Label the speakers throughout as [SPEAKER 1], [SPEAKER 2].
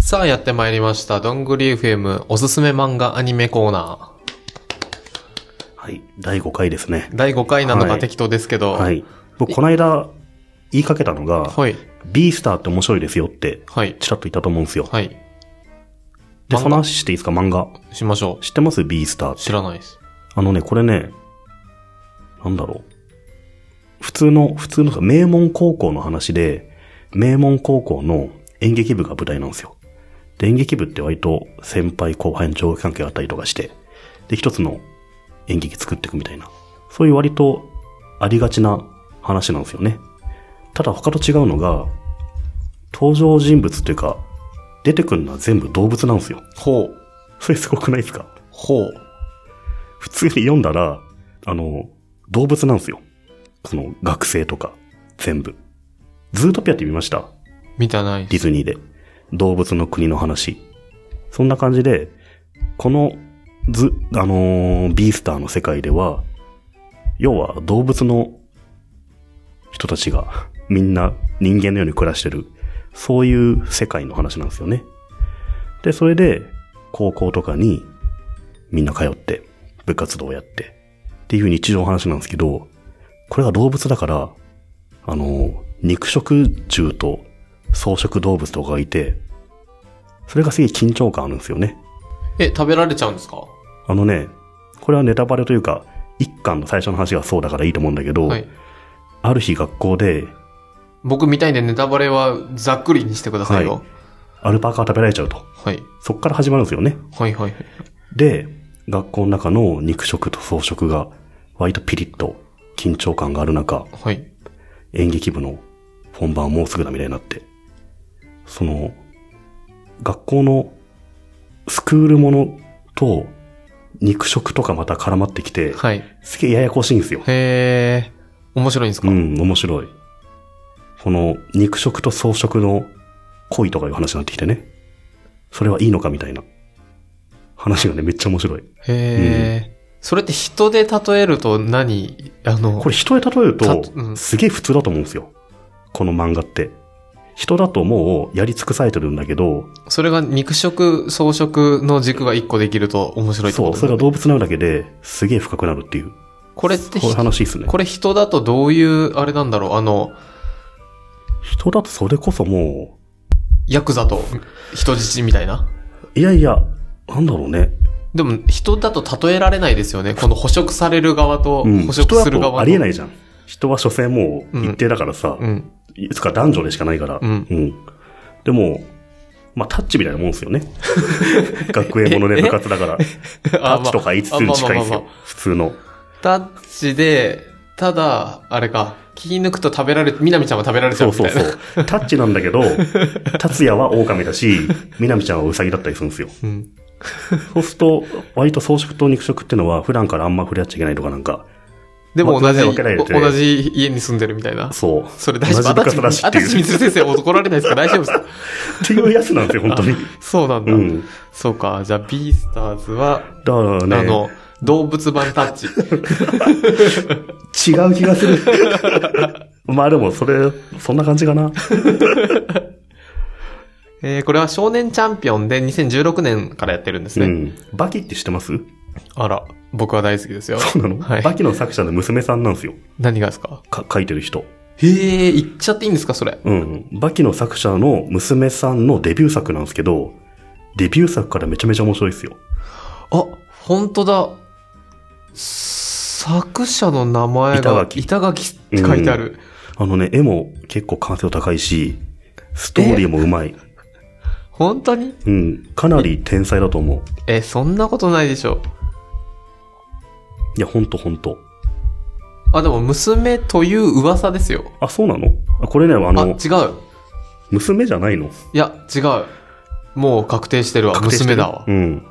[SPEAKER 1] さあやってまいりました。どんぐり FM おすすめ漫画アニメコーナ
[SPEAKER 2] はい。第5回ですね
[SPEAKER 1] ー。。第5回なの
[SPEAKER 2] は
[SPEAKER 1] が
[SPEAKER 2] い
[SPEAKER 1] 適当ですけど。
[SPEAKER 2] はい。僕、この間、言いかけたのが、
[SPEAKER 1] はい。
[SPEAKER 2] ビースターって面白いですよって、
[SPEAKER 1] はい。
[SPEAKER 2] ちらっと言ったと思うんですよ。
[SPEAKER 1] はい。
[SPEAKER 2] で、
[SPEAKER 1] 漫画
[SPEAKER 2] その話していいですか、漫画。
[SPEAKER 1] しましょう。
[SPEAKER 2] 知ってますビースターって。
[SPEAKER 1] 知らないです。
[SPEAKER 2] あのね、これね、なんだろう。普通の、普通の、名門高校の話で、名門高校の演劇部が舞台なんですよ。で、演劇部って割と先輩後輩の上下関係があったりとかして、で、一つの演劇作っていくみたいな。そういう割とありがちな話なんですよね。ただ他と違うのが、登場人物というか、出てくるのは全部動物なんですよ。
[SPEAKER 1] ほう。
[SPEAKER 2] それすごくないですか
[SPEAKER 1] ほう。
[SPEAKER 2] 普通に読んだら、あの、動物なんですよ。その、学生とか、全部。ズートピアって見ました
[SPEAKER 1] 見たない
[SPEAKER 2] デ
[SPEAKER 1] で
[SPEAKER 2] ィ
[SPEAKER 1] す。
[SPEAKER 2] ズニーで。動物の国の話。そんな感じで、この、ず、あのービースターの世界では、要は動物の人たちが、みんな人間のように暮らしてる、そういう世界の話なんですよね。で、それで、高校とかに、みんな通って、部活動をやって、っていう日常の話なんですけど、これが動物だから、あの、肉食獣と草食動物とかがいて、それがすげえ緊張感あるんですよね。
[SPEAKER 1] え、食べられちゃうんですか
[SPEAKER 2] あのね、これはネタバレというか、一巻の最初の話がそうだからいいと思うんだけど、
[SPEAKER 1] はい。
[SPEAKER 2] ある日学校で
[SPEAKER 1] 僕みたいでネタバレはざっくりにしてくださいよ。
[SPEAKER 2] アルパカが食べられちゃうと。
[SPEAKER 1] はい。
[SPEAKER 2] そっから始まるんですよね。
[SPEAKER 1] はいはいはい。
[SPEAKER 2] で、学校の中の肉食と草食が割とピリッと緊張感がある中、
[SPEAKER 1] はい。
[SPEAKER 2] 演劇部の本番はもうすぐだみたいになって、その、学校のスクールものと肉食とかまた絡まってきて、
[SPEAKER 1] はい。
[SPEAKER 2] すげえややこしいんですよ。
[SPEAKER 1] へー。面白いんですか、
[SPEAKER 2] うん、面白い。この肉食と草食の恋とかいう話になってきてね。それはいいのかみたいな話がね、めっちゃ面白い。
[SPEAKER 1] へー。それって人で例えると何あの、
[SPEAKER 2] これ人で例える
[SPEAKER 1] た
[SPEAKER 2] と、
[SPEAKER 1] うん
[SPEAKER 2] すげえ普通だと思うんですよ。この漫画って。人だともうやり尽くされてるんだけど、
[SPEAKER 1] それが肉食、草食の軸が一個できると面白いって
[SPEAKER 2] そ
[SPEAKER 1] こ
[SPEAKER 2] う、
[SPEAKER 1] と
[SPEAKER 2] それが動物になるだけですげえ深くなるっていう。
[SPEAKER 1] これってひ
[SPEAKER 2] こういう話ですね。
[SPEAKER 1] これ人だとどういう、あれなんだろう、あの、
[SPEAKER 2] 人だとそれこそも
[SPEAKER 1] ヤクザと人質みたいな。
[SPEAKER 2] う、いやいや、なんだろうね。
[SPEAKER 1] でも人だと例えられないですよね。この捕食される側と
[SPEAKER 2] うん。
[SPEAKER 1] 捕食
[SPEAKER 2] 人
[SPEAKER 1] す
[SPEAKER 2] だ
[SPEAKER 1] る側
[SPEAKER 2] と
[SPEAKER 1] の
[SPEAKER 2] ありえないじゃん。人は所詮もう一定だからさ、
[SPEAKER 1] うん。
[SPEAKER 2] いつか男女でしかないから。
[SPEAKER 1] うん
[SPEAKER 2] でも、まあ、タッチみたいなもんです よね。学園もので部活だから。タッチとか言いつつに近いです
[SPEAKER 1] あまあまあまあ
[SPEAKER 2] よ
[SPEAKER 1] ま。
[SPEAKER 2] 普通の。
[SPEAKER 1] あタッチで、ただ、あれか、気抜くと食べられ、みなみちゃんは食べられちゃ
[SPEAKER 2] そう
[SPEAKER 1] みた
[SPEAKER 2] う
[SPEAKER 1] い
[SPEAKER 2] そう
[SPEAKER 1] な。
[SPEAKER 2] そう。タッチなんだけど、達也は狼だし、みなみちゃんはウサギだったりするんですよ。
[SPEAKER 1] うん。
[SPEAKER 2] そうすると、割と草食と肉食ってのは普段からあんま触れ合っちゃいけないとかなんか、
[SPEAKER 1] でも同じ、
[SPEAKER 2] まあ全然分けられて
[SPEAKER 1] 同じ家に住んでるみたいな。
[SPEAKER 2] そう。
[SPEAKER 1] それ大丈
[SPEAKER 2] 同じ
[SPEAKER 1] 夫。
[SPEAKER 2] 部活だし
[SPEAKER 1] あ
[SPEAKER 2] って
[SPEAKER 1] た
[SPEAKER 2] い
[SPEAKER 1] ち
[SPEAKER 2] う。
[SPEAKER 1] みつる先生怒られないですか大丈夫ですか
[SPEAKER 2] っていうやつなんですよ、本当に。
[SPEAKER 1] そうなんだ。
[SPEAKER 2] うん。
[SPEAKER 1] そうか。じゃあ、ビースターズは、
[SPEAKER 2] だからね、
[SPEAKER 1] あの、動物版タッチ。
[SPEAKER 2] 違う気がする。 まあでも、それ、そんな感じかな。
[SPEAKER 1] えー、これは少年チャンピオンで2016年からやってるんですね。
[SPEAKER 2] うん。バキって知ってます
[SPEAKER 1] あら、僕は大好きですよ。
[SPEAKER 2] そうなの、
[SPEAKER 1] はい
[SPEAKER 2] バキの作者の娘さんなんですよ。
[SPEAKER 1] 何がですか
[SPEAKER 2] か書いてる人。
[SPEAKER 1] へえ、言っちゃっていいんですかそれ。
[SPEAKER 2] うん。バキの作者の娘さんのデビュー作なんですけど、デビュー作からめちゃめちゃ面白いですよ。
[SPEAKER 1] あ、本当だ。作者の名前が、
[SPEAKER 2] 板垣
[SPEAKER 1] 板垣って書いてある。
[SPEAKER 2] あのね、絵も結構完成度高いし、ストーリーもうまい。
[SPEAKER 1] 本当に
[SPEAKER 2] うん。かなり天才だと思う。
[SPEAKER 1] え、そんなことないでしょ。
[SPEAKER 2] いや、ほんとほんと。
[SPEAKER 1] あ、でも、娘という噂ですよ。
[SPEAKER 2] あ、そうなのあこれね、あ
[SPEAKER 1] あ、
[SPEAKER 2] の、
[SPEAKER 1] 違う。
[SPEAKER 2] 娘じゃないの
[SPEAKER 1] いや、違う。もう確定してるわ。
[SPEAKER 2] 確定して
[SPEAKER 1] 娘
[SPEAKER 2] る
[SPEAKER 1] だわ。
[SPEAKER 2] うん。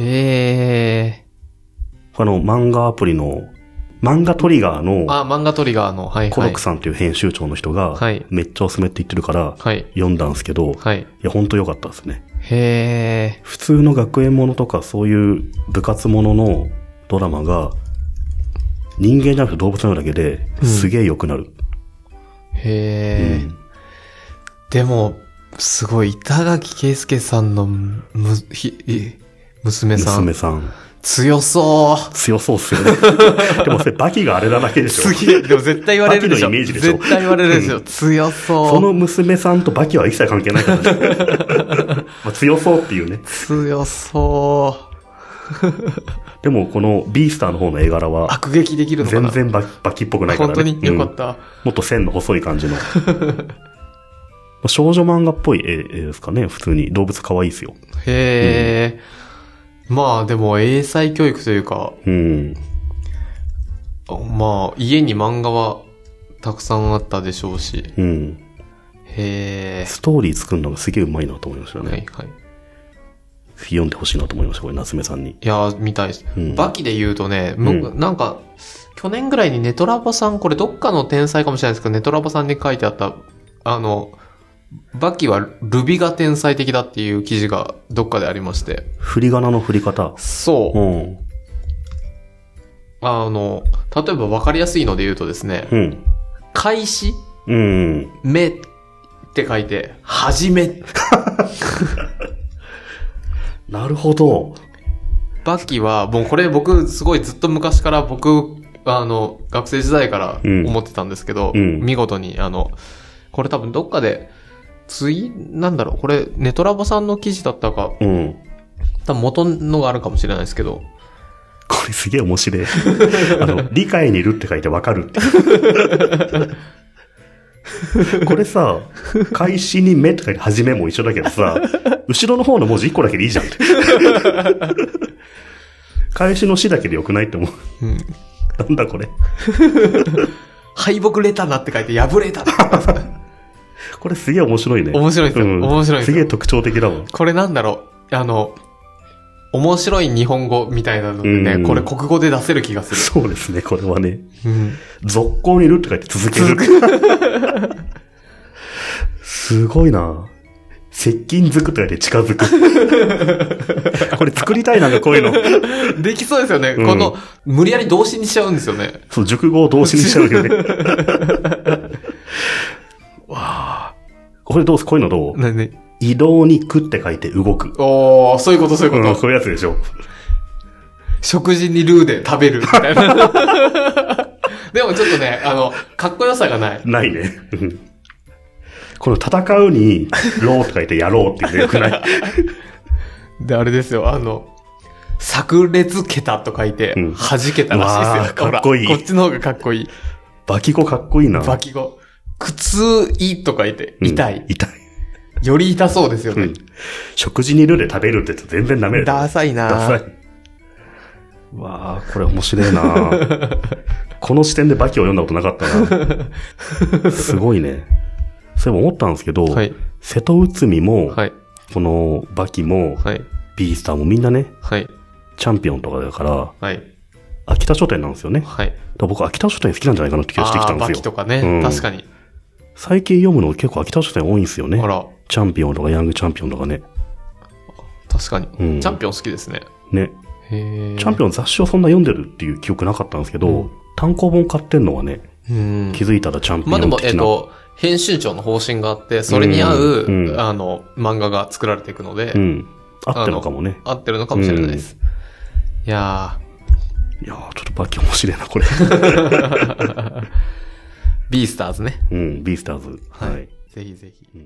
[SPEAKER 1] へえ。
[SPEAKER 2] あの、漫画アプリの、漫画トリガーの、
[SPEAKER 1] あ、漫画トリガーの、はい、はい。
[SPEAKER 2] コロクさんっていう編集長の人が
[SPEAKER 1] はい、
[SPEAKER 2] めっちゃおすすめって言ってるから、
[SPEAKER 1] はい。
[SPEAKER 2] 読んだんですけど、い
[SPEAKER 1] はい。
[SPEAKER 2] や、ほんと良かったですね。
[SPEAKER 1] へえ。
[SPEAKER 2] 普通の学園ものとか、そういう部活もののドラマが、人間じゃなくて動物なだけで、すげえ良くなる。
[SPEAKER 1] へえ、
[SPEAKER 2] うん
[SPEAKER 1] でも、すごい、板垣圭介さんの、む、ひ、い娘さん。
[SPEAKER 2] 娘さん。
[SPEAKER 1] 強そ
[SPEAKER 2] 強そうっすよ ね。でもそれ、バキがあれなだけで
[SPEAKER 1] う。
[SPEAKER 2] しょ
[SPEAKER 1] す。げえ、でも絶対言われるでしょ。
[SPEAKER 2] バキのイメージでしょ
[SPEAKER 1] 絶対言われるでしょ。強そう。
[SPEAKER 2] その娘さんとバキは一切関係ないからね。 まあ強そうっていうね。
[SPEAKER 1] 強そう。
[SPEAKER 2] でも、このビースターの方の絵柄は、
[SPEAKER 1] 悪劇できるのか
[SPEAKER 2] 全
[SPEAKER 1] な
[SPEAKER 2] 然バキバキっぽくないから
[SPEAKER 1] 本
[SPEAKER 2] ね。
[SPEAKER 1] 当に
[SPEAKER 2] う
[SPEAKER 1] よ
[SPEAKER 2] ん
[SPEAKER 1] かった。
[SPEAKER 2] もっと線の細い 感じの。少女漫画っぽい絵絵ですかね、普通に。動物可愛いですよ。
[SPEAKER 1] へえ、まあでも英才教育というか、
[SPEAKER 2] うん。
[SPEAKER 1] まあ家に漫画はたくさんあったでしょうし。
[SPEAKER 2] うん。
[SPEAKER 1] へえ。
[SPEAKER 2] ストーリー作るのがすげえうまいなと思いましたね。
[SPEAKER 1] はいはい。
[SPEAKER 2] 読んでほしいなと思いました、これ、夏目さんに。
[SPEAKER 1] いやー、みたいです。
[SPEAKER 2] うん
[SPEAKER 1] バキで言うとね、む
[SPEAKER 2] う
[SPEAKER 1] なんか、去年ぐらいにネトラボさん、これどっかの天才かもしれないですけど、ネトラボさんに書いてあった、あの、バキはルビが天才的だっていう記事がどっかでありまして。
[SPEAKER 2] 振り仮名の振り方。
[SPEAKER 1] そうう。
[SPEAKER 2] ん。
[SPEAKER 1] あの、例えば分かりやすいので言うとですね、
[SPEAKER 2] うん。
[SPEAKER 1] 開始
[SPEAKER 2] うん。
[SPEAKER 1] 目って書いて、はじめ。
[SPEAKER 2] なるほど。
[SPEAKER 1] バキは、もうこれ僕すごいずっと昔から僕、あの、学生時代から
[SPEAKER 2] うん
[SPEAKER 1] 思ってたんですけど、
[SPEAKER 2] うん
[SPEAKER 1] 見事に、あの、これ多分どっかで、ツイ、なんだろう、これネトラボさんの記事だったか、
[SPEAKER 2] うん。
[SPEAKER 1] 多分元のがあるかもしれないですけど、
[SPEAKER 2] これすげえ面白い。 あの、理解にいるって書いてわかるって。 これさ、開始に目って書いて始めも一緒だけどさ、後ろの方の文字1個だけでい いじゃん って。開始の死だけでよくないって思う。
[SPEAKER 1] うん
[SPEAKER 2] なんだこれ。
[SPEAKER 1] 敗北レタなって書いて、破れたな
[SPEAKER 2] これすげえ面白いね。
[SPEAKER 1] 面白いですよ。
[SPEAKER 2] うん
[SPEAKER 1] 面白いですす
[SPEAKER 2] げえ
[SPEAKER 1] よ。
[SPEAKER 2] 特徴的 だわ。
[SPEAKER 1] これなんだろう、あの、面白い日本語みたいなのでね、
[SPEAKER 2] うん
[SPEAKER 1] これ国語で出せる気がする。
[SPEAKER 2] そうですね、これはね。
[SPEAKER 1] うん
[SPEAKER 2] 続行にいるって書いて続ける。すごいな接近づくって書いて近づ く。これ作りたいなんかこういうの。
[SPEAKER 1] できそうですよね。
[SPEAKER 2] うん
[SPEAKER 1] この、無理やり動詞にしちゃうんですよね。
[SPEAKER 2] そう、熟語を動詞にしちゃ うよね。わあ。これどうすこういうのどう
[SPEAKER 1] なに
[SPEAKER 2] 移動にくって書いて動く。
[SPEAKER 1] おー、そういうこと、そういう
[SPEAKER 2] う
[SPEAKER 1] こと。
[SPEAKER 2] ん、そういうやつでしょ。
[SPEAKER 1] 食事にルーで食べる、みたいな。 でもちょっとね、あの、かっこよさがない。
[SPEAKER 2] ないね。うんこの戦うに、ろうって書いてやろうっていうのよくない
[SPEAKER 1] で、あれですよ、あの、炸裂桁と書いて、
[SPEAKER 2] うん
[SPEAKER 1] 弾けたらしいですよ。
[SPEAKER 2] うわーかっこいい
[SPEAKER 1] ほらこっちの方がかっこいい。
[SPEAKER 2] バキコかっこいいな。
[SPEAKER 1] バキ語。苦痛いと書いて、
[SPEAKER 2] うん
[SPEAKER 1] 痛い。
[SPEAKER 2] 痛い。
[SPEAKER 1] より痛そうですよ
[SPEAKER 2] う
[SPEAKER 1] ね
[SPEAKER 2] ん。。食事にルーで食べるって言うと全然ダメだよ。
[SPEAKER 1] ダサいな
[SPEAKER 2] ダサい。わあ、これ面白いな この視点でバキを読んだことなかったなすごいね。そういえば思ったんですけど、
[SPEAKER 1] はい
[SPEAKER 2] 瀬戸内海も、
[SPEAKER 1] はい。
[SPEAKER 2] このバキも、
[SPEAKER 1] はい。
[SPEAKER 2] ビースターもみんなね、
[SPEAKER 1] はい。
[SPEAKER 2] チャンピオンとかだから、
[SPEAKER 1] はい。
[SPEAKER 2] 秋田書店なんですよね。だか
[SPEAKER 1] はい。
[SPEAKER 2] ら僕、秋田書店好きなんじゃないかなって気がしてきたん
[SPEAKER 1] あー
[SPEAKER 2] で
[SPEAKER 1] バ
[SPEAKER 2] す
[SPEAKER 1] キ
[SPEAKER 2] よ。
[SPEAKER 1] とかね。
[SPEAKER 2] うん
[SPEAKER 1] 確かに。
[SPEAKER 2] 最近読むの結構秋田書店多いんですよね
[SPEAKER 1] ほ。ら、
[SPEAKER 2] チャンピオンとかヤングチャンピオンとかね。
[SPEAKER 1] 確かに。
[SPEAKER 2] うん
[SPEAKER 1] チャンピオン好きですね。
[SPEAKER 2] ね。
[SPEAKER 1] へ
[SPEAKER 2] チャンピオン雑誌をそんな読んでるっていう記憶なかったんですけど、単行本買ってんのはね、
[SPEAKER 1] オン。うん。
[SPEAKER 2] 気づいたらチャンピオ
[SPEAKER 1] まあ
[SPEAKER 2] ン
[SPEAKER 1] で
[SPEAKER 2] 的な。
[SPEAKER 1] も、えっ、と、編集長の方針があって、それに合う、
[SPEAKER 2] うんうん
[SPEAKER 1] あの、漫画が作られていくので、
[SPEAKER 2] うん。合ってるのかもね。
[SPEAKER 1] 合ってるのかもしれないです。いや
[SPEAKER 2] いやー、ちょっとバキ面白い な、これ。
[SPEAKER 1] ー、ビースターズね。
[SPEAKER 2] うん、ビースターズ。はい。
[SPEAKER 1] ぜひぜひ。
[SPEAKER 2] うん